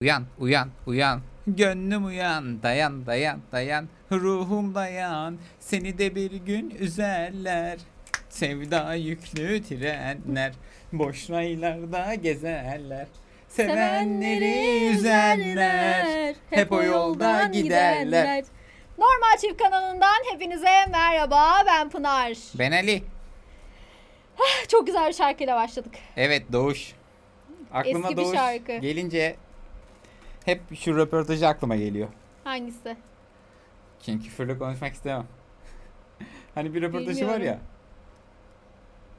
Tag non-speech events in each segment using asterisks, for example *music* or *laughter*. Uyan, uyan, uyan. Gönlüm uyan, dayan, dayan, dayan. Ruhum dayan. Seni de bir gün üzerler. Sevda yüklü trenler. Boş raylarda gezerler. Sevenleri üzerler. Hep o yolda giderler. Normal Çift kanalından hepinize merhaba. Ben Pınar. Ben Ali. *laughs* Çok güzel bir şarkıyla başladık. Evet Doğuş. Aklıma Eski bir Doğuş şarkı. gelince hep şu röportajı aklıma geliyor. Hangisi? Çünkü küfürle konuşmak istemem. *laughs* hani bir röportajı var ya. Bilmiyorum.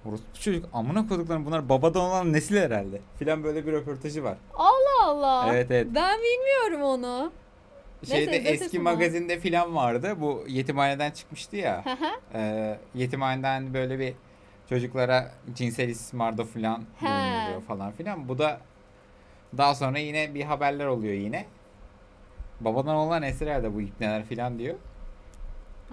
Orospu çocuk amına koyduklarım bunlar babadan olan nesil herhalde. Filan böyle bir röportajı var. Allah Allah. Evet, evet. Ben bilmiyorum onu. Şeyde Neyse, izletirsin eski bana. magazinde filan vardı. Bu yetimhaneden çıkmıştı ya. Hı hı. Ee, yetimhaneden böyle bir çocuklara cinsel istismarda filan He. bulunuyor falan filan. Bu da daha sonra yine bir haberler oluyor yine. Babadan olan esirlerde bu ipneler filan diyor.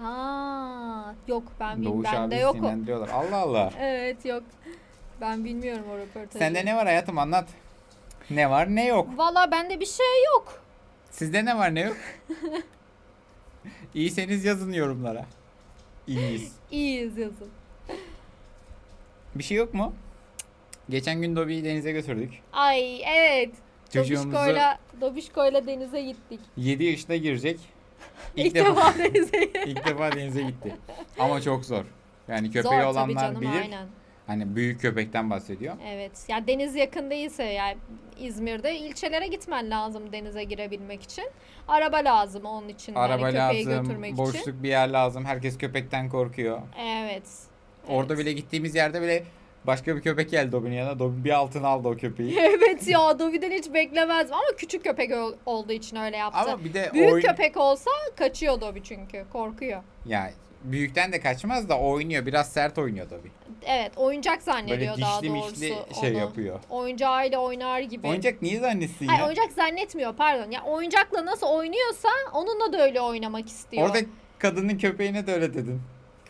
Aa, yok ben bilmiyorum. Doğuş abi Bende yok o. sinirlendiriyorlar. Allah *laughs* Allah. Evet yok. Ben bilmiyorum o röportajı. Sende ne var hayatım anlat. Ne var ne yok. Valla bende bir şey yok. Sizde ne var ne *laughs* yok? İyiseniz yazın yorumlara. İyiyiz. İyiyiz yazın. Bir şey yok mu? Geçen gün Dobi'yi denize götürdük. Ay evet. Çocuğumuzu Dobişko'yla, Dobişko'yla denize gittik. 7 yaşına girecek. İlk, İlk defa, defa, *laughs* denize ilk defa denize gitti. Ama çok zor. Yani köpeği Zor tabii olanlar canım, bilir. Aynen. Hani büyük köpekten bahsediyor. Evet. Ya deniz yakın değilse yani İzmir'de ilçelere gitmen lazım denize girebilmek için. Araba lazım onun için. Araba yani köpeği götürmek lazım, boşluk için. bir yer lazım. Herkes köpekten korkuyor. Evet. Orada Evet. bile gittiğimiz yerde bile başka bir köpek geldi Dobby'nin yanına. Dobby bir altına aldı o *laughs* köpeği. *laughs* Evet ya Dovi'den hiç beklemez ama küçük köpek ol- olduğu için öyle yaptı. Ama bir de Büyük oyun... köpek olsa kaçıyor Dovi çünkü korkuyor. Ya büyükten de kaçmaz da oynuyor. Biraz sert oynuyor Dobby. Evet oyuncak Böyle zannediyor daha dişli doğrusu mişli onu. şey yapıyor. Oyuncağıyla oynar gibi. Oyuncak niye zannetsin Hayır ya? oyuncak zannetmiyor pardon. Ya oyuncakla nasıl oynuyorsa onunla da öyle oynamak istiyor. Orada kadının köpeğine de öyle dedin.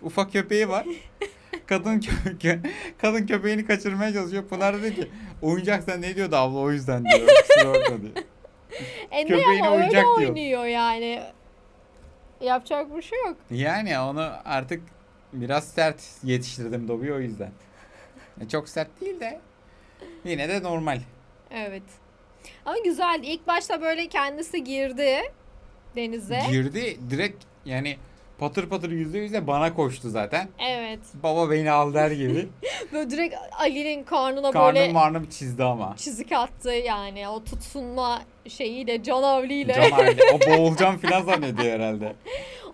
Ufak köpeği *laughs* var. kadın kö- kö- kadın köpeğini kaçırmaya çalışıyor. Pınar dedi ki oyuncak zannediyordu abla o yüzden diyor. Kusura bakma diyor. E ne Köpeğine ama öyle oyuncak diyor. oynuyor yani. Yapacak bir şey yok. Yani onu artık biraz sert yetiştirdim Dobby'yi o yüzden. Ya Çok sert değil de yine de normal. Evet. Ama güzeldi. İlk başta böyle kendisi girdi denize. Girdi direkt yani patır patır yüzde yüzde bana koştu zaten. evet. Baba beni al der gibi. Böyle direkt Ali'nin karnına böyle Karnım marnım çizdi ama. çizik attı yani. O tutunma şeyiyle, canavliyle. Can halde. O boğulacağım filan zannediyor herhalde.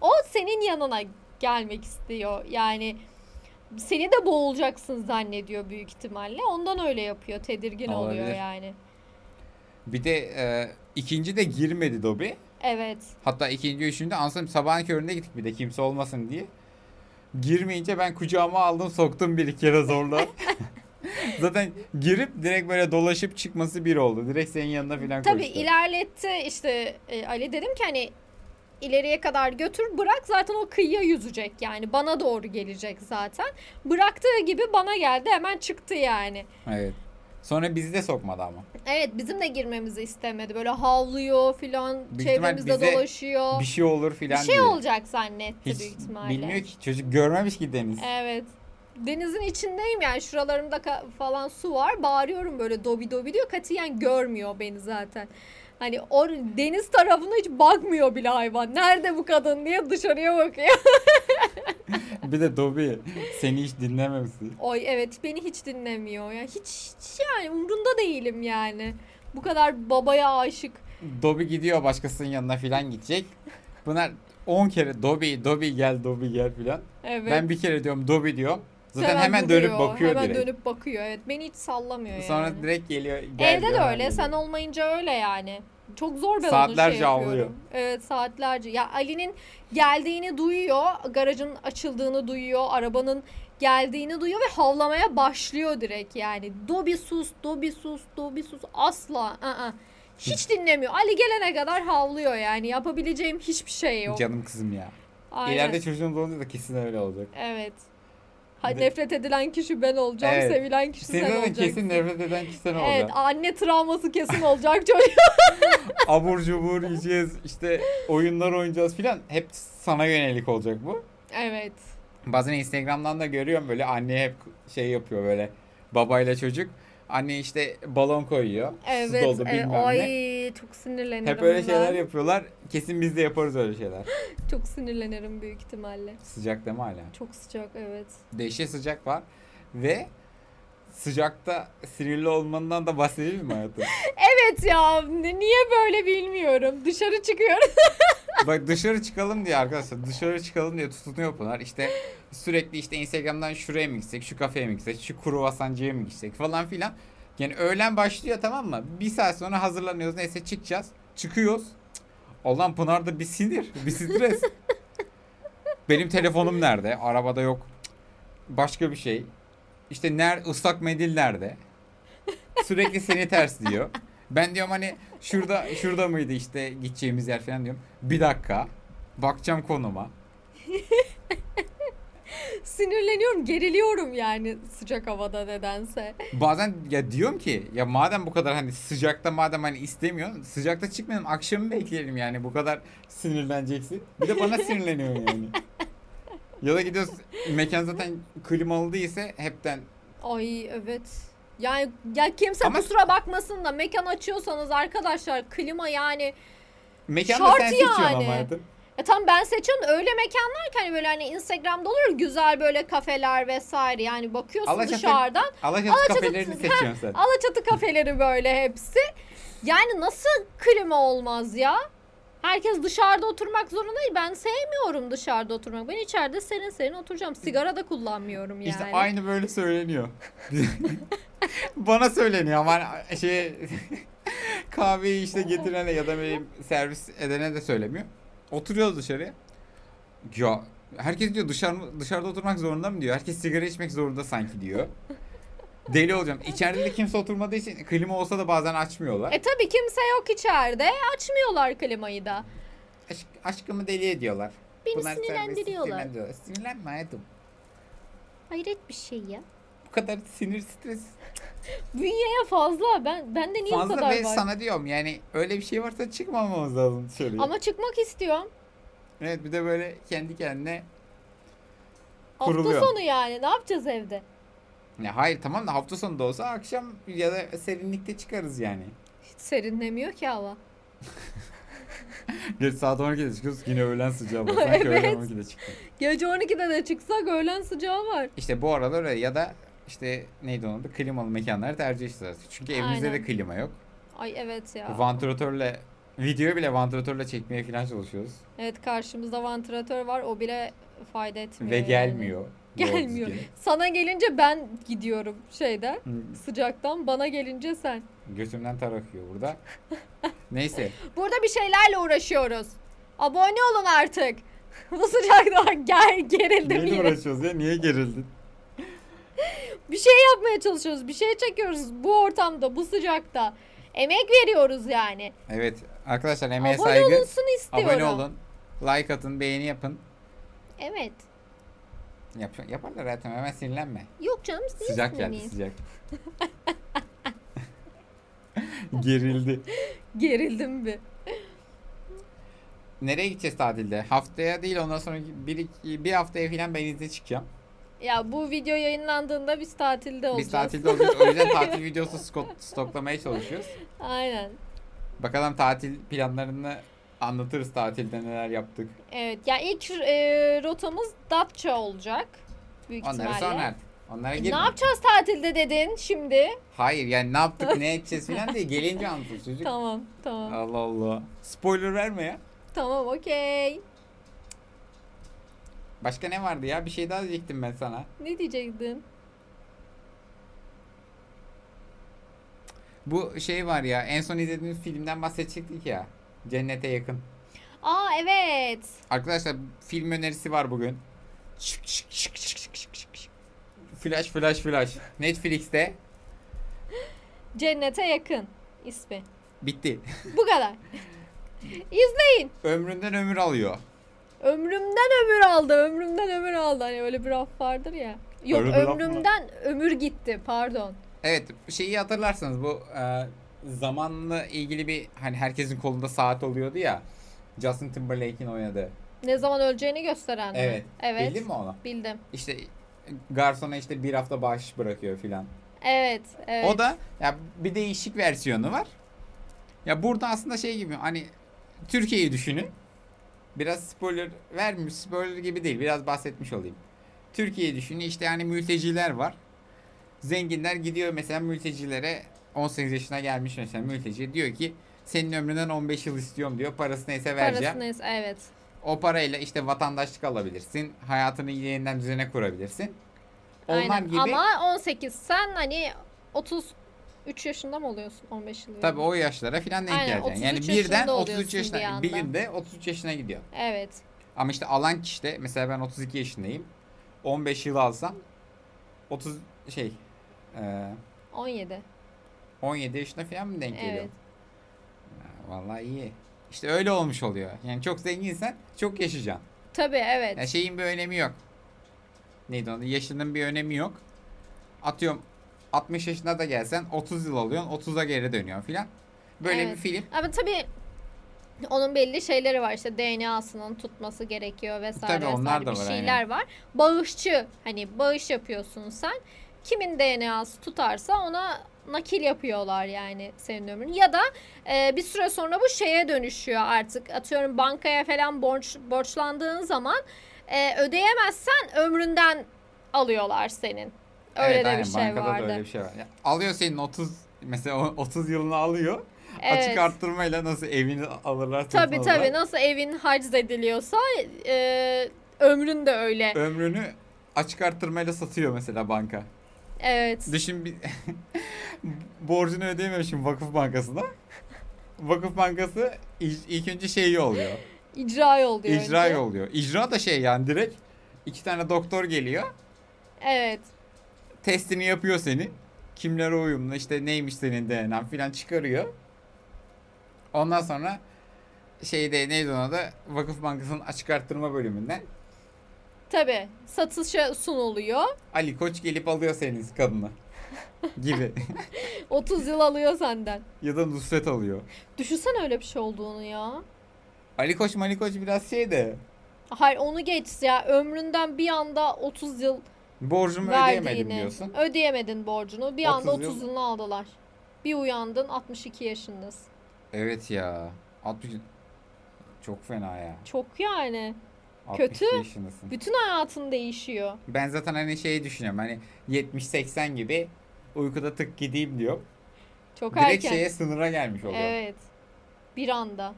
O senin yanına gelmek istiyor. Yani seni de boğulacaksın zannediyor büyük ihtimalle. Ondan öyle yapıyor. Tedirgin oluyor Olabilir. yani. Bir de e, ikinci de girmedi Dobby. Evet. Hatta ikinci üçüncü ansızın sabahın köründe gittik bir de kimse olmasın diye. Girmeyince ben kucağıma aldım soktum bir iki kere *laughs* zorla. Zaten girip direkt böyle dolaşıp çıkması bir oldu. Direkt senin yanına filan Tabii koştu. ilerletti işte e, Ali dedim ki hani ileriye kadar götür bırak zaten o kıyıya yüzecek yani bana doğru gelecek zaten. Bıraktığı gibi bana geldi hemen çıktı yani. Evet. Sonra bizi de sokmadı ama. Evet bizim de girmemizi istemedi böyle havlıyor filan Büyük ihtimal çevremizde bize dolaşıyor. Bir Bir, şey olur filan şey diye. olacak zannetti Hiç büyük ihtimalle. bilmiyor ki çocuk görmemiş ki deniz. Evet. Denizin içindeyim yani şuralarımda ka- falan su var. Bağırıyorum böyle dobi dobi diyor. Katiyen görmüyor beni zaten. Hani o deniz tarafına hiç bakmıyor bile hayvan. Nerede bu kadın diye dışarıya bakıyor. *laughs* Bir de Dobby seni hiç dinlememesi. Oy evet beni hiç dinlemiyor. Ya hiç, hiç yani umrunda değilim yani. Bu kadar babaya aşık. Dobby gidiyor başkasının yanına filan gidecek. Bunlar 10 kere Dobby, Dobby gel, Dobby gel filan. Evet. Ben bir kere diyorum Dobby diyorum. Zaten Hemen hemen, dönüp duruyor, bakıyor Hemen direkt. dönüp bakıyor. Evet beni hiç sallamıyor Sonra yani. direkt geliyor. gel Evde de diyor, öyle. ben Sen geliyorum. olmayınca öyle yani. Çok zor ben onu Saatlerce şey yapıyorum. avlıyor. Evet saatlerce. Ya Ali'nin geldiğini duyuyor. Garajın açıldığını duyuyor. Arabanın geldiğini duyuyor ve havlamaya başlıyor direkt yani. Dobi sus, Dobi sus, Dobi sus. Asla. ı-ı. Hiç dinlemiyor. Ali gelene kadar havlıyor yani. Yapabileceğim hiçbir şey yok. Canım kızım ya. Aynen. İleride çocuğumuz olunca da kesin öyle olacak. Evet. Ha, Bir de- nefret edilen kişi ben olacağım, Evet. sevilen kişi sen Senin de olacaksın. kesin nefret eden kişi sen Evet, oldu. anne travması kesin olacak çocuk. *laughs* Abur cubur yiyeceğiz, işte oyunlar oynayacağız filan. Hep sana yönelik olacak bu. Evet. Bazen Instagram'dan da görüyorum böyle anne hep şey yapıyor böyle babayla çocuk. Anne işte balon koyuyor. Su Evet. doldu e, bilmem ay ne. çok sinirlenirim. Hep öyle ben. şeyler yapıyorlar. Kesin biz de yaparız öyle şeyler. Çok sinirlenirim büyük ihtimalle. Sıcak deme hala. Çok sıcak evet. Dehşet sıcak var. Ve sıcakta sinirli olmandan da bahsedelim mi hayatım? Evet ya ne- niye böyle bilmiyorum. Dışarı çıkıyoruz. Bak dışarı çıkalım diye arkadaşlar dışarı çıkalım diye tutunuyor bunlar. İşte sürekli işte Instagram'dan şuraya mı gitsek, şu kafeye mi gitsek, şu kruvasancıya mı gitsek falan filan. Yani öğlen başlıyor tamam mı? Bir saat sonra hazırlanıyoruz neyse çıkacağız. Çıkıyoruz. Cık, Allah'ım Pınar'da bir sinir, bir stres. Benim telefonum nerede? Arabada yok. Cık, Başka bir şey. İşte ner, ıslak mendil nerede? Sürekli seni ters diyor. Ben diyorum hani şurada şurada mıydı işte gideceğimiz yer falan diyorum. Bir dakika. Bakacağım konuma. *laughs* Sinirleniyorum, geriliyorum yani sıcak havada nedense. Bazen ya diyorum ki ya madem bu kadar hani sıcakta madem hani istemiyorsun sıcakta çıkmayalım akşamı bekleyelim yani bu kadar sinirleneceksin. Bir de bana sinirleniyorsun yani. Ya da gidiyoruz mekan zaten klimalı değilse hepten Ay evet. Yani ya kimse Ama- kusura bakmasın da mekan açıyorsanız arkadaşlar klima yani mekan da Şart sen seçiyorsun yani. ama hayatım. Ya tam ben seçiyorum öyle mekanlar ki hani böyle hani Instagram'da olur ya güzel böyle kafeler vesaire yani bakıyorsun Alaçatı- dışarıdan Alaçatı Alaçatı- kafelerini seçiyorsun sen. Alaçatı kafeleri böyle hepsi. Yani nasıl klima olmaz ya? Herkes dışarıda oturmak zorunda değil. Ben sevmiyorum dışarıda oturmak. Ben içeride serin serin oturacağım. Sigara da kullanmıyorum yani. İşte aynı böyle söyleniyor. *laughs* Bana söyleniyor ama hani şey *laughs* kahveyi işte getirene ya da benim servis edene de söylemiyor. Oturuyoruz dışarıya. Ya herkes diyor dışarı, dışarıda oturmak zorunda mı diyor. Herkes sigara içmek zorunda sanki diyor. Deli olacağım. İçeride de kimse oturmadığı için klima olsa da bazen açmıyorlar. E tabi kimse yok içeride. Açmıyorlar klimayı da. Aşk, aşkımı deli ediyorlar. Beni Bunlar serbest, sinirlendiriyorlar. sinirlendiriyorlar. Sinirlenme hayatım. Hayret bir şey ya. Bu kadar sinir stres Bünyeye fazla. Ben ben de niye bu fazla kadar ve var? sana diyorum yani öyle bir şey varsa çıkmamamız lazım dışarıya. Ama çıkmak istiyorum. Evet bir de böyle kendi kendine Hafta Kuruluyor. sonu yani. Ne yapacağız evde? ya hayır tamam da hafta sonu da olsa akşam ya da serinlikte çıkarız yani. Hiç serinlemiyor ki hava. *laughs* Geç saat 12'de çıkıyoruz yine öğlen sıcağı *laughs* bak. Evet. Sanki öğlen 12'de çıktı. Gece 12'de de çıksak öğlen sıcağı var. İşte bu aralar öyle ya da işte neydi onun adı klimalı mekanları tercih ediyoruz. Çünkü evimizde Aynen. de klima yok. Ay evet ya. Vantilatörle video bile vantilatörle çekmeye falan çalışıyoruz. Evet karşımızda vantilatör var o bile fayda etmiyor. Ve yani. gelmiyor. doğru Gelmiyor. düzgün. Sana gelince ben gidiyorum şeyden Hı, sıcaktan bana gelince sen. Götümden tar akıyor *laughs* burada. Neyse. Burada bir şeylerle uğraşıyoruz. Abone olun artık. *laughs* Bu sıcakta gel gerildim Neyle yine. uğraşıyoruz ya? Niye gerildin? Bir şey yapmaya çalışıyoruz. Bir şey çekiyoruz bu ortamda, bu sıcakta. Emek veriyoruz yani. Evet arkadaşlar emeğe Abone saygı. olunsun istiyorum. Abone olun. Like atın, beğeni yapın. Evet. Yap, yaparlar zaten hemen sinirlenme. Yok canım siz Sıcak geldi *laughs* sıcak. Gerildi. Gerildim bir. Nereye gideceğiz tatilde? Haftaya değil ondan sonra bir, iki- bir haftaya falan ben izne çıkacağım. Ya bu video yayınlandığında biz tatilde olacağız. Biz tatilde olacağız. O yüzden *laughs* tatil videosu skot- stoklamaya çalışıyoruz. Aynen. Bakalım tatil planlarını anlatırız tatilde neler yaptık. Evet. Ya ilk e, rotamız Datça olacak. Büyük Onları ihtimalle. sonra artık. Onlara E, ne girme. yapacağız tatilde dedin şimdi? Hayır yani ne yaptık ne edeceğiz falan diye gelince anlatırız çocuk. Tamam, tamam. Allah Allah. Spoiler verme ya. Tamam, okey. Başka ne vardı ya? Bir şey daha diyecektim ben sana. Ne diyecektin? Bu şey var ya. En son izlediğimiz filmden bahsedecektik ya. Cennete yakın. Aa evet. Arkadaşlar film önerisi var bugün. Şık şık şık şık şık şık şık şık. Flash flash flash. Netflix'te Cennete yakın ismi. bitti. *laughs* Bu kadar. İzleyin. Ömründen ömür alıyor. Ömrümden ömür aldı. Ömrümden ömür aldı. Hani öyle bir laf vardır ya. Yok Öyle bir laf mı? ömrümden ömür gitti. Pardon. Evet şeyi hatırlarsanız bu e, zamanla ilgili bir hani herkesin kolunda saat oluyordu ya. Justin Timberlake'in oynadığı. Ne zaman öleceğini gösteren mi? Evet. Evet. Bildin mi onu? Bildim. İşte garsona işte bir hafta bağış bırakıyor filan. Evet. Evet. O da ya bir değişik versiyonu var. Ya burada aslında şey gibi hani Türkiye'yi düşünün. Biraz spoiler vermiş spoiler gibi değil. Biraz bahsetmiş olayım. Türkiye'yi düşünün işte yani mülteciler var. Zenginler gidiyor mesela mültecilere 18 yaşına gelmiş mesela mülteci diyor ki senin ömründen 15 yıl istiyorum diyor. Parası neyse vereceğim. Parasını evet. O parayla işte vatandaşlık alabilirsin. Hayatını yeniden düzene kurabilirsin. Ondan Aynen. gibi Ama 18 sen hani 33 yaşında mı oluyorsun 15 yıl? Tabii o yaşlara filan denk Aynen, geleceksin. Yani 33 birden yaşında 33 oluyorsun bir yaşına anda. bir, günde 33 yaşına gidiyor. Evet. Ama işte alan kişi de mesela ben 32 yaşındayım. 15 yıl alsam 30 şey e, 17. 17 yaşına filan mı denk geliyor? Evet. Ha, Vallahi iyi. İşte öyle olmuş oluyor. Yani çok zenginsen çok yaşayacaksın. Tabii evet. Yani şeyin bir önemi yok. Neydi onun yaşının bir önemi yok. Atıyorum 60 yaşına da gelsen 30 yıl oluyorsun 30'a geri dönüyorsun filan. Böyle Evet. bir film. Ama tabii onun belli şeyleri var işte DNA'sının tutması gerekiyor vesaire Tabii onlar vesaire da bir var, şeyler var. Bağışçı hani bağış yapıyorsun sen. Kimin DNA'sı tutarsa ona nakil yapıyorlar yani senin ömrün. Ya da e, bir süre sonra bu şeye dönüşüyor artık. Atıyorum bankaya falan borç borçlandığın zaman e, ödeyemezsen ömründen alıyorlar senin. Öyle evet, de aynen. bir şey Bankada vardı. da öyle bir şey var. Ya, alıyor senin 30 mesela o 30 yılını alıyor. Açık Evet. arttırmayla nasıl evini alırlar. satın Tabii alırlar. tabii nasıl evin haciz ediliyorsa e, ömrün de öyle. Ömrünü açık arttırmayla satıyor mesela banka. Evet. Düşün bir *laughs* borcunu ödeyememişim Vakıf Bankası'na. Vakıf Bankası il- ilk önce şeyi oluyor. İcra yol diyor icra önce. oluyor. İcra da şey yani direkt iki tane doktor geliyor. Evet. Testini yapıyor senin. Kimlere uyumlu işte neymiş senin DNA'n filan çıkarıyor. Ondan sonra şeyde neydi ona da Vakıf Bankası'nın açık arttırma bölümünden Tabii. Satışa sunuluyor. Ali Koç gelip alıyor senin kadını *laughs* gibi. 30 yıl alıyor senden. ya da Nusret alıyor. Düşünsene öyle bir şey olduğunu ya. Ali Koç Mali Koç biraz şey de Hayır onu geç ya. Ömründen bir anda 30 yıl borcumu ödeyemedim verdiğini. diyorsun. Ödeyemedin borcunu. Bir anda 30 yıl. 30 yılını aldılar. Bir uyandın 62 yaşındasın. Evet ya. 60 çok fena ya. Çok yani. 62 Kötü. yaşındasın. Bütün hayatın değişiyor. Ben zaten hani şeyi düşünüyorum hani 70-80 gibi uykuda tık gideyim diyor. Çok Direkt erken. şeye sınıra gelmiş oluyor. Evet. Bir anda.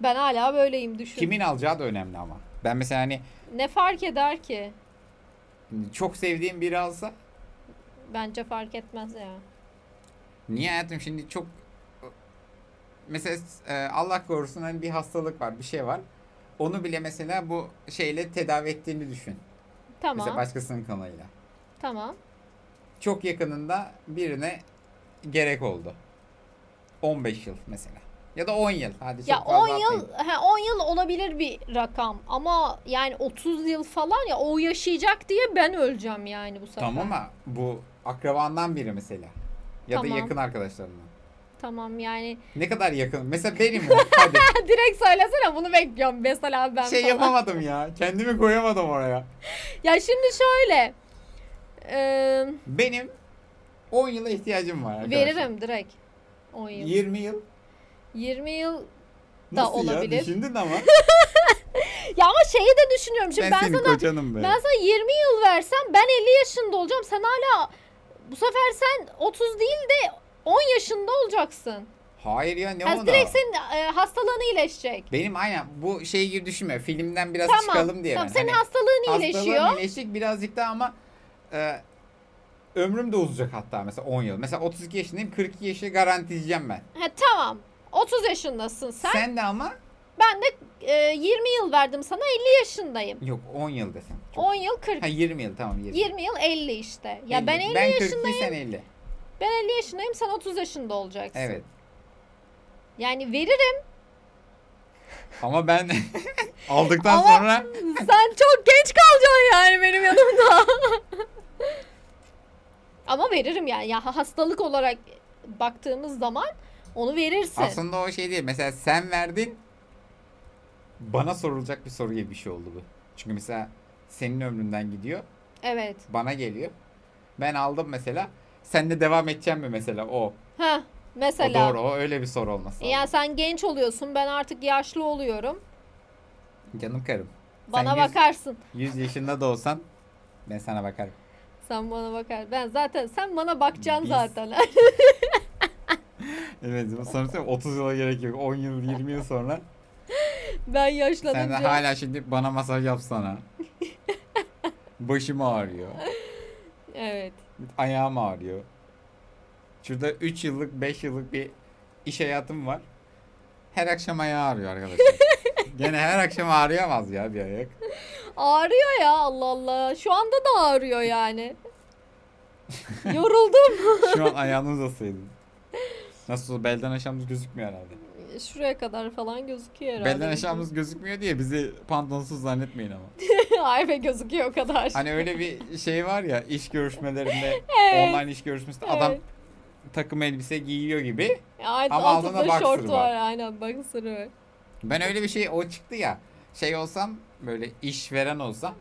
Ben hala böyleyim düşün. Kimin alacağı da önemli ama. Ben mesela hani Ne fark eder ki? çok sevdiğim biri alsa Bence fark etmez ya. niye hayatım şimdi çok mesela e, Allah korusun hani bir hastalık var bir şey var. Onu bile mesela bu şeyle tedavi ettiğini düşün. Tamam. Mesela başkasının kanıyla. Tamam. Çok yakınında birine gerek oldu. 15 yıl mesela. Ya da 10 yıl. Hadi çok Ya fazla 10 yıl atmayayım. he, 10 yıl olabilir bir rakam ama yani 30 yıl falan ya o yaşayacak diye ben öleceğim yani bu sefer. Tamam ama bu akrabandan biri mesela. Ya Tamam. da yakın arkadaşlarından. Tamam yani. *laughs* Ne kadar yakın? Mesela benim mi? Hadi. Direkt söylesene bunu bekliyorum mesela ben şey falan. yapamadım ya. Kendimi koyamadım oraya. Ya şimdi şöyle. Ee, Benim 10 yıla ihtiyacım var arkadaşlar. veririm direkt 10 yıl. 20 yıl. 20 yıl Da Nasıl olabilir. ya? Düşündün *laughs* ama. ya ama şeyi de düşünüyorum şimdi ben, ben, senin sana kocanım be. ben sana 20 yıl versem ben 50 yaşında olacağım sen hala bu sefer sen 30 değil de 10 yaşında olacaksın. Hayır ya ne Yani ona? direkt senin e, hastalığın iyileşecek. Benim aynen bu şey gibi düşünme. Filmden biraz Tamam. çıkalım diye tamam ben. senin Hani hastalığın iyileşiyor. Hastalığım iyileşecek birazcık daha ama e, ömrüm de uzayacak hatta mesela 10 yıl. Mesela 32 yaşındayım 42 yaşı garantiyeceğim ben. Ha, tamam. 30 yaşındasın sen. Sen de ama Ben de e, 20 yıl verdim sana 50 yaşındayım. Yok 10 yıl desem. Çok- 10 yıl 40. Ha 20 yıl tamam 20. 20 yıl 50 işte. Ya ben 50 ben 42 yaşındayım. sen 50. Ben 50 yaşındayım sen 30 yaşında olacaksın. Evet. Yani veririm. Ama *laughs* ben aldıktan Ama- sonra *laughs* Sen çok genç kalacaksın yani benim yanımda. *laughs* Ama veririm yani. Ya hastalık olarak baktığımız zaman onu verirsin. aslında o şey değil. Mesela sen verdin bana sorulacak bir soru gibi bir şey oldu bu. Çünkü mesela senin ömründen gidiyor. Evet. Bana geliyor. Ben aldım mesela. Senle devam edeceğim mi mesela o? O Ha mesela. doğru o öyle bir soru olması E lazım. Yani sen genç oluyorsun. Ben artık yaşlı oluyorum. Canım karım. Bana yüz- bakarsın. 100 yaşında da olsan ben sana bakarım. Sen bana bakar. Ben zaten sen bana bakacaksın Biz- zaten. *laughs* Evet sonuçta 30 yıla gerek yok. 10 yıl 20 yıl sonra ben sen de yaşlanınca. hala şimdi bana masaj yapsana. Başım ağrıyor. Evet. Ayağım ağrıyor. Şurada 3 yıllık 5 yıllık bir iş hayatım var. Her akşam ayağı ağrıyor arkadaşlar. Gene her akşam ağrıyamaz ya bir ayak. Ağrıyor ya Allah Allah. Şu anda da *laughs* ağrıyor yani. Yoruldum. Şu an ayağınız olsaydı. Nasıl belden aşağımız gözükmüyor herhalde. Şuraya kadar falan gözüküyor herhalde. Belden aşağımız gözükmüyor diye bizi pantonsuz zannetmeyin ama. *laughs* Ay be gözüküyor o kadar. Hani öyle bir şey var ya iş görüşmelerinde *laughs* Evet. online iş görüşmesinde adam Evet. takım elbise giyiyor gibi. Ay, Ama altında, altında boxer şort var. var. Aynen baksırı var. Ben öyle bir şey o çıktı ya. Şey olsam böyle işveren olsam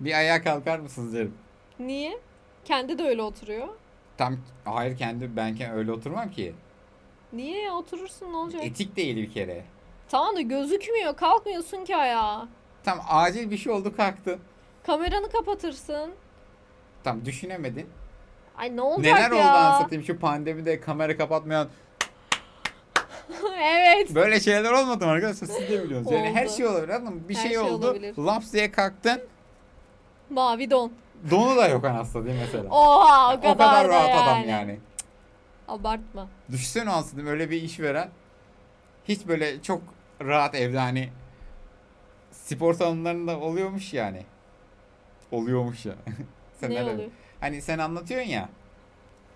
bir ayağa kalkar mısınız derim. Niye? Kendi de öyle oturuyor. Tam hayır kendi ben ke- öyle oturmam ki. Niye ya oturursun ne olacak? Etik değil bir kere. Tamam da gözükmüyor kalkmıyorsun ki ayağa. Tam acil bir şey oldu kalktın. Kameranı kapatırsın. Tam düşünemedin. Ay ne olacak Neler oldu ya? *laughs* anlatayım şu pandemide kamera kapatmayan evet. böyle şeyler olmadı mı arkadaşlar siz de biliyorsunuz. Yani her Oldu. şey olabilir anladın mı? Bir Her şey, şey oldu. olabilir. Laps diye kalktın. Mavi don. Donu da yok anasını değil mesela. Oha o o kadar, kadar da rahat yani. adam yani. Abartma. Düşünsene anasını diyeyim, öyle bir iş veren. Hiç böyle çok rahat evde hani spor salonlarında oluyormuş yani. Oluyormuş ya. *laughs* Sen ne öyle- oluyor? Hani sen anlatıyorsun ya.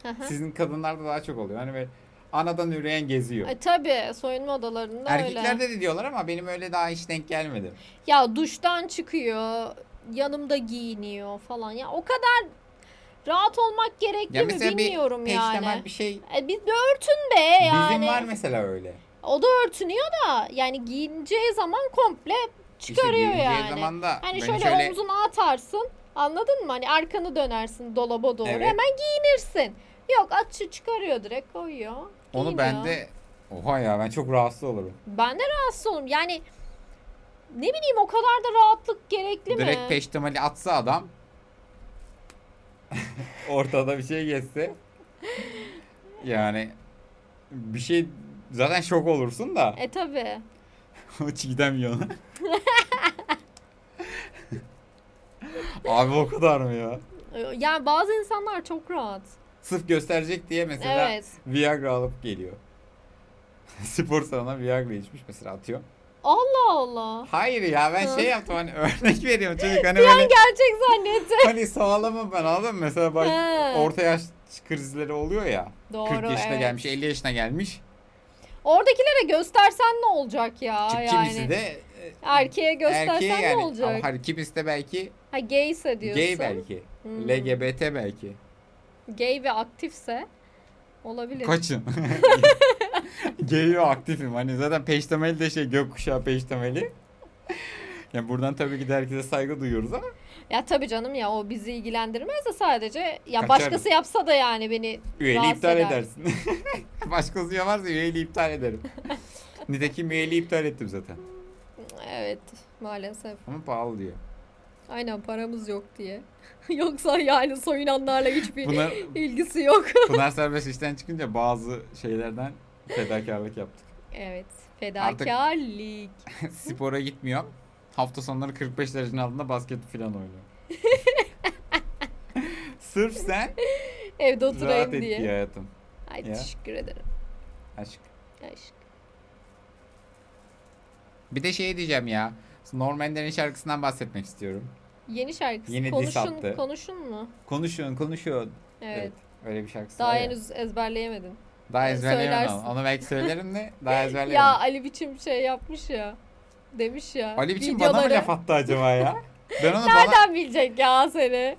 Hı hı. Sizin kadınlarda daha çok oluyor. Hani böyle anadan üreyen geziyor. Ay tabii soyunma odalarında öyle. Erkeklerde de diyorlar ama benim öyle daha hiç denk gelmedi. Ya duştan çıkıyor, yanımda giyiniyor falan. Ya o kadar rahat olmak gerekli Ya mi mesela bir bilmiyorum yani. Peştemal bir şey. E bir de örtün be yani. Bizim var mesela öyle. O da örtünüyor da yani giyineceği zaman komple İşte çıkarıyor giyineceği yani. zaman da Hani ben şöyle, omzuna atarsın. Anladın mı? Hani arkanı dönersin dolaba doğru. Evet. Hemen giyinirsin. Yok at şu çıkarıyor direkt koyuyor. Onu giyiniyor. bende oha ya ben çok rahatsız olurum. Ben de rahatsız olurum. Yani ne bileyim o kadar da rahatlık gerekli mi? Direkt peştemali atsa *laughs* adam ortada bir şey geçse yani bir şey zaten şok olursun da E tabi. E- *laughs* hiç gidemiyor. Abi o kadar mı ya? Yani bazı insanlar çok rahat. Sırf gösterecek diye mesela Evet. Viagra alıp geliyor. *laughs* Spor salonuna Viagra içmiş mesela atıyor. Allah Allah. Hayır ya ben şey yaptım hani örnek veriyorum çocuk *laughs* hani Bir an böyle gerçek zannetti. *laughs* hani sağlamam ben anladın mı? Mesela bak He. orta yaş krizleri oluyor ya. Doğru, 40 yaşına evet. gelmiş, 50 yaşına gelmiş. Oradakilere göstersen ne olacak ya? Çünkü yani. kimisi de e, Erkeğe göstersen erkeği ne yani. olacak? Ama hani kimisi de belki Ha gayse diyorsun. gay belki. Hmm. LGBT belki. Gay ve aktifse olabilir. Kaçın. *laughs* gay ve aktifim. Hani zaten peştemeli de şey gökkuşağı peştemeli. Yani buradan tabii ki de herkese saygı duyuyoruz ama Ya tabii canım ya o bizi ilgilendirmez de sadece ya Kaçarım. başkası yapsa da yani beni üyeliği rahatsız iptal eder. edersin. *laughs* Başkası yaparsa üyeliği iptal ederim. Nitekim üyeliği iptal ettim zaten. Evet maalesef. Ama pahalı diyor. Aynen paramız yok diye. *laughs* Yoksa yani soyunanlarla hiçbir Bunlar, ilgisi yok. Pınar serbest işten çıkınca bazı şeylerden fedakarlık *laughs* yaptık. evet fedakarlık. Spora gitmiyorum. Hafta sonları 45 derecenin altında basket falan *laughs* oynuyorum. Sırf sen Evde rahat oturayım et diye. diye hayatım. Ay Ya. teşekkür ederim. Aşk. Aşk. Bir de şey diyeceğim ya. Normanlerin şarkısından bahsetmek istiyorum. Yeni şarkısı. Yeni diss konuşun, attı. konuşun mu? Konuşun konuşun. Evet. Öyle bir şarkısı Daha var ya. henüz ezberleyemedim. Daha ezberleyemem Söylersin. onu. Onu belki söylerim *laughs* de daha ezberleyemem. Ya Ali biçim şey yapmış ya. Demiş ya. Ali biçim bana mı videoları- laf attı acaba ya? Ben onu bana... Nereden bilecek ya seni?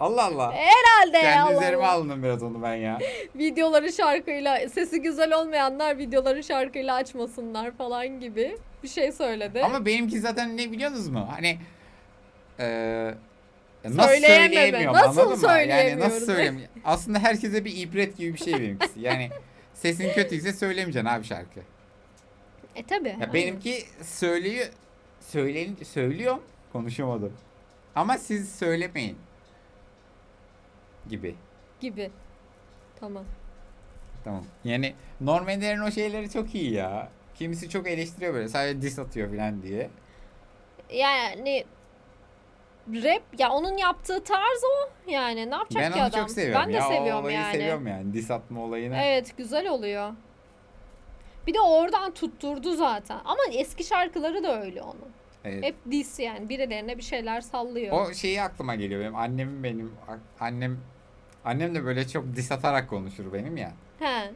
Allah Allah. Herhalde ya. Kendi Ee, Allah üzerime Allah. aldım biraz onu ben ya. Videoları şarkıyla, sesi güzel olmayanlar videoları şarkıyla açmasınlar falan gibi bir şey söyledi. Ama benimki zaten ne biliyorsunuz mu? Hani eee nasıl Söyleyememe. söyleyemiyorum Nasıl anladın mı? Yani söyleyemiyorum? nasıl söyleyeyim? Aslında herkese bir ibret gibi bir şey benimkisi. Yani sesin kötüyse söylemeyeceksin abi şarkı. E tabi. Ya benimki söylüyor, söylen, söylüyorum konuşamadım. Ama siz söylemeyin gibi. Gibi. Tamam. Tamam. Yani Normanlerin o şeyleri çok iyi ya. Kimisi çok eleştiriyor böyle sadece diss atıyor falan diye. Yani rap ya onun yaptığı tarz o yani ne yapacak ben ki onu adam? çok seviyorum. ben de ya, o seviyorum olayı yani. seviyorum yani. Diss atma olayını. Evet güzel oluyor. Bir de oradan tutturdu zaten. Ama eski şarkıları da öyle onun. Evet. Hep diss yani birilerine bir şeyler sallıyor. O şeyi aklıma geliyor benim. Annemin benim annem annem de böyle çok diss atarak konuşur benim ya. He.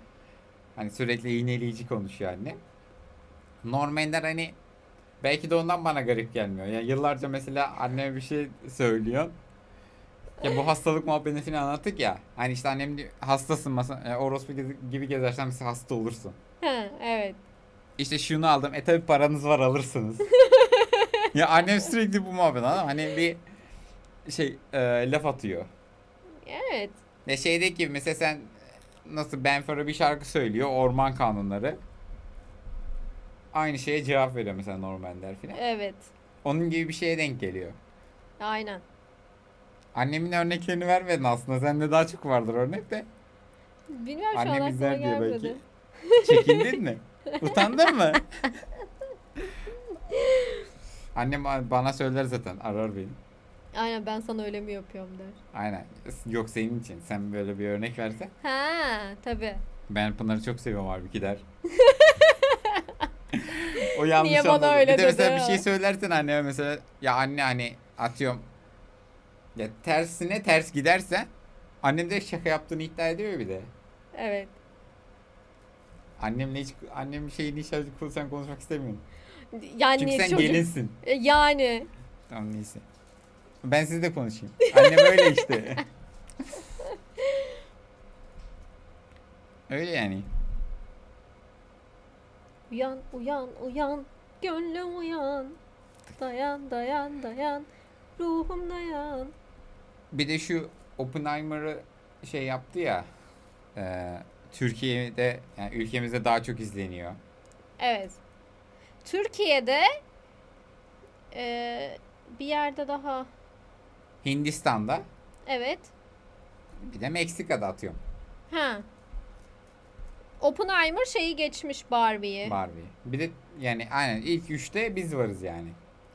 Hani sürekli iğneleyici konuşuyor annem. Norm Ender hani belki de ondan bana garip gelmiyor. Yani yıllarca mesela anneme bir şey söylüyor. Ya bu hastalık muhabbetini falan anlattık ya. Hani işte annem diyor, hastasın masa, e, orospu gezi- gibi gezersen mesela hasta olursun. He, evet. İşte şunu aldım. E tabi paranız var alırsınız. ya annem sürekli bu muhabbet anladın mı? Hani bir şey e, laf atıyor. Evet. Ne şeydeki gibi mesela sen nasıl Ben Fero bir şarkı söylüyor Orman Kanunları. Aynı şeye cevap veriyor mesela Normanler filan. Evet. Onun gibi bir şeye denk geliyor. Aynen. Annemin örneklerini vermedin aslında. Sende daha çok vardır örnek de. Bilmiyorum şu an Annem aklıma izler diye şey gelmedi. belki. *laughs* Çekindin mi? Utandın mı? Annem bana söyler zaten. Arar beni. Aynen ben sana öyle mi yapıyorum der. Aynen. Yok senin için. Sen böyle bir örnek versen. Ha tabi. Ben Pınar'ı çok seviyorum halbuki *laughs* der. o yanlış Niye bana anladı. öyle bir de mesela dedi bir ha? şey söylersin anneme mesela ya anne hani atıyorum ya tersine ters gidersen annem de şaka yaptığını iddia ediyor bir de. Evet. Annemle hiç annem şeyini hiç sen konuşmak istemiyorum. Yani Çünkü sen çocuk- gelinsin. E, Yani. Tamam neyse. Ben sizle *laughs* konuşayım. Annem öyle işte. *laughs* öyle yani. Uyan uyan uyan. Gönlüm uyan. Dayan dayan dayan. Ruhum dayan. Bir de şu Oppenheimer'ı şey yaptı ya. e, Türkiye'de yani ülkemizde daha çok izleniyor. Evet. Türkiye'de eee, bir yerde daha Hindistan'da evet. bir de Meksika'da atıyorum Ha. Oppenheimer şeyi geçmiş Barbie'yi. Barbie'yi. Bir de yani aynen ilk üçte biz varız yani.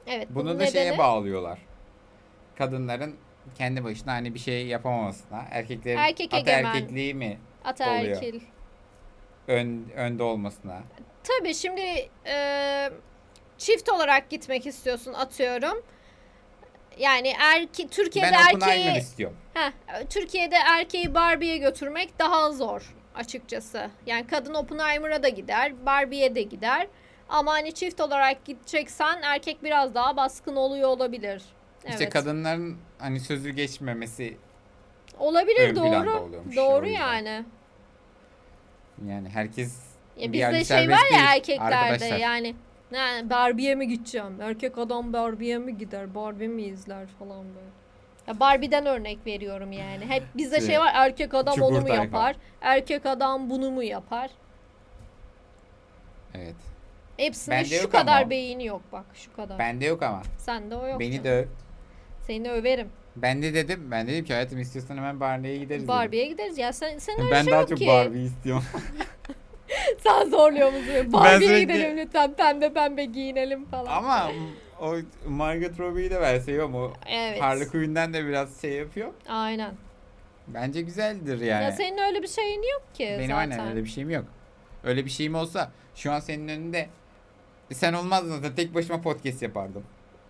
evet. Bunu da bunun şeye nedeni bağlıyorlar. Kadınların kendi başına hani bir şey yapamamasına. Erkeklerin Erkek egemen. ataerkilliği mi ataerkil. ön, önde olmasına. Tabii şimdi eee, çift olarak gitmek istiyorsun atıyorum. Yani erki Türkiye'de ben Oppenheimer erkeği istiyorum. Heh, Türkiye'de erkeği Barbie'ye götürmek daha zor açıkçası. Yani kadın Oppenheimer'a da gider, Barbie'ye de gider. Ama hani çift olarak gideceksen erkek biraz daha baskın oluyor olabilir. Evet. İşte kadınların hani sözü geçmemesi olabilir ön planda doğru. oluyormuş o Doğru yüzden. yani. yani herkes Ya bir bizde yerde şey serbest var ya değil erkeklerde arkadaşlar. yani. Ne, Barbie'ye mi gideceğim? Erkek adam Barbie'ye mi gider? Barbie mi izler falan böyle. Ya Barbie'den örnek veriyorum yani. Hep bizde şey Şey, var erkek adam onu çukur mu tayfa. yapar? Erkek adam bunu mu yapar? Evet. Hepsinde Bende şu yok ama kadar o. beyni yok bak şu kadar. Bende yok ama. Sende o yok. Beni yani. de öv. Seni överim. Ben de dedim. Ben dedim ki hayatım istiyorsan hemen Barbie'ye gideriz. Barbie'ye gideriz ya sen sen dedim. öyle Ben şey daha yok çok ki. Barbie istiyorum. *laughs* sen zorluyor musun? Barbie'ye sürekli- gidelim lütfen pembe pembe giyinelim falan. ama o Margot Robbie'yi de ben seviyorum. O Evet. Harley Quinn'den de biraz şey yapıyor. Aynen. Bence güzeldir yani. Ya senin öyle bir şeyin yok ki Benim zaten. aynen öyle bir şeyim yok. Öyle bir şeyim olsa şu an senin önünde e, sen olmazdın zaten tek başıma podcast yapardım.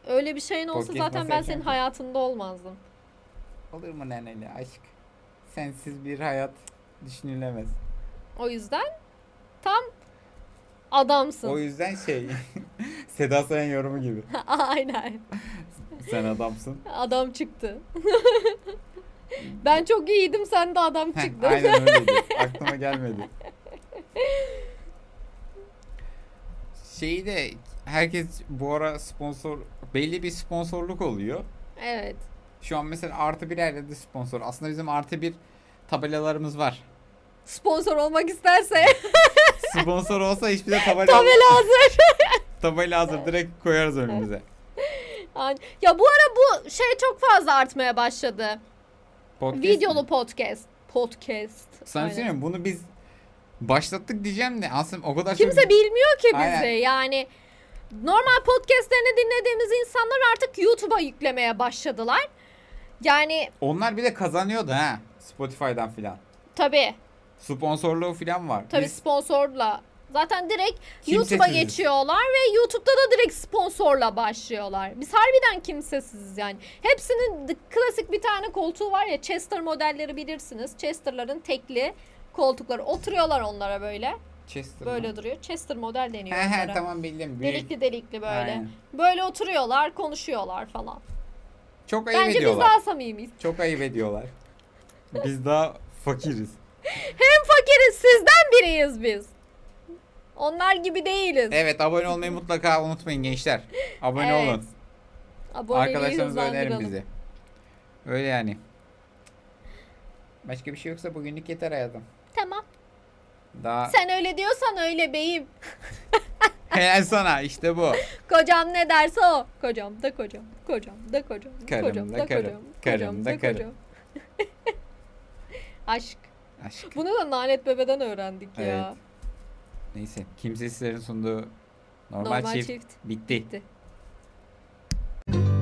Öyle bir şeyin olsa Podcast zaten ben masaya senin kendim. hayatında olmazdım. Olur mu neneli aşk? Sensiz bir hayat düşünülemez. O yüzden tam adamsın. O yüzden şey *laughs* Seda Sayan yorumu gibi. *laughs* Aynen. Sen *laughs* adamsın. Adam çıktı. *laughs* ben çok iyiydim sen de adam Heh, çıktın. Aynen öyleydi. Aklıma gelmedi. Şeyi de herkes bu ara sponsor belli bir sponsorluk oluyor. *laughs* Evet. Şu an mesela artı bir yerde de sponsor. Aslında bizim artı bir tabelalarımız var. *laughs* Sponsor olmak isterse *laughs* Sponsor olsa hiçbir de tabela, tabela hazır. tabela hazır. Direkt koyarız önümüze. Ay- ya bu ara bu şey çok fazla artmaya başladı. Podcast Videolu podcast. Podcast. Sana bir şey Aynen. söyleyeyim mi? Bunu biz başlattık diyeceğim de aslında o kadar çok- Kimse bilmiyor ki bizi. şey Aynen. Yani normal podcastlerini dinlediğimiz insanlar artık YouTube'a yüklemeye başladılar. Yani Onlar bir de kazanıyordu ha. Spotify'dan filan. tabii Sponsorluğu filan var. tabii Biz sponsorla. Zaten direkt Kimsesiziz. YouTube'a geçiyorlar ve YouTube'da da direkt sponsorla başlıyorlar. Biz harbiden kimsesiziz yani. Hepsinin d- klasik bir tane koltuğu var ya Chester modelleri bilirsiniz. Chester'ların tekli koltukları. Oturuyorlar onlara böyle. Chester Böyle mı? duruyor. Chester model He deniyor he onlara. tamam bildim. Büyük. Delikli delikli böyle. Aynen. Böyle oturuyorlar, konuşuyorlar falan. Çok ayıp Bence biz ediyorlar. daha samimiyiz. Çok ayıp ediyorlar. biz daha fakiriz. Hem fakiriz sizden biriyiz biz. Onlar gibi değiliz. Evet abone olmayı mutlaka unutmayın gençler. Abone Evet. olun. Aboneliği Arkadaşlarınıza önerin hızlandıralım. bizi. Öyle yani. Başka bir şey yoksa bugünlük yeter hayatım. Tamam. Daha Sen öyle diyorsan öyle beyim. *laughs* helal sana işte bu. Kocam ne derse o. Kocam da kocam. Kocam da kocam. Karım kocam da karım, karım kocam *laughs* da karım. Aşk. Aşk. Bunu da Nalet Bebe'den öğrendik ya. Evet. Neyse kimsesizlerin sunduğu normal, Normal çift, Çift bitti. Bitti.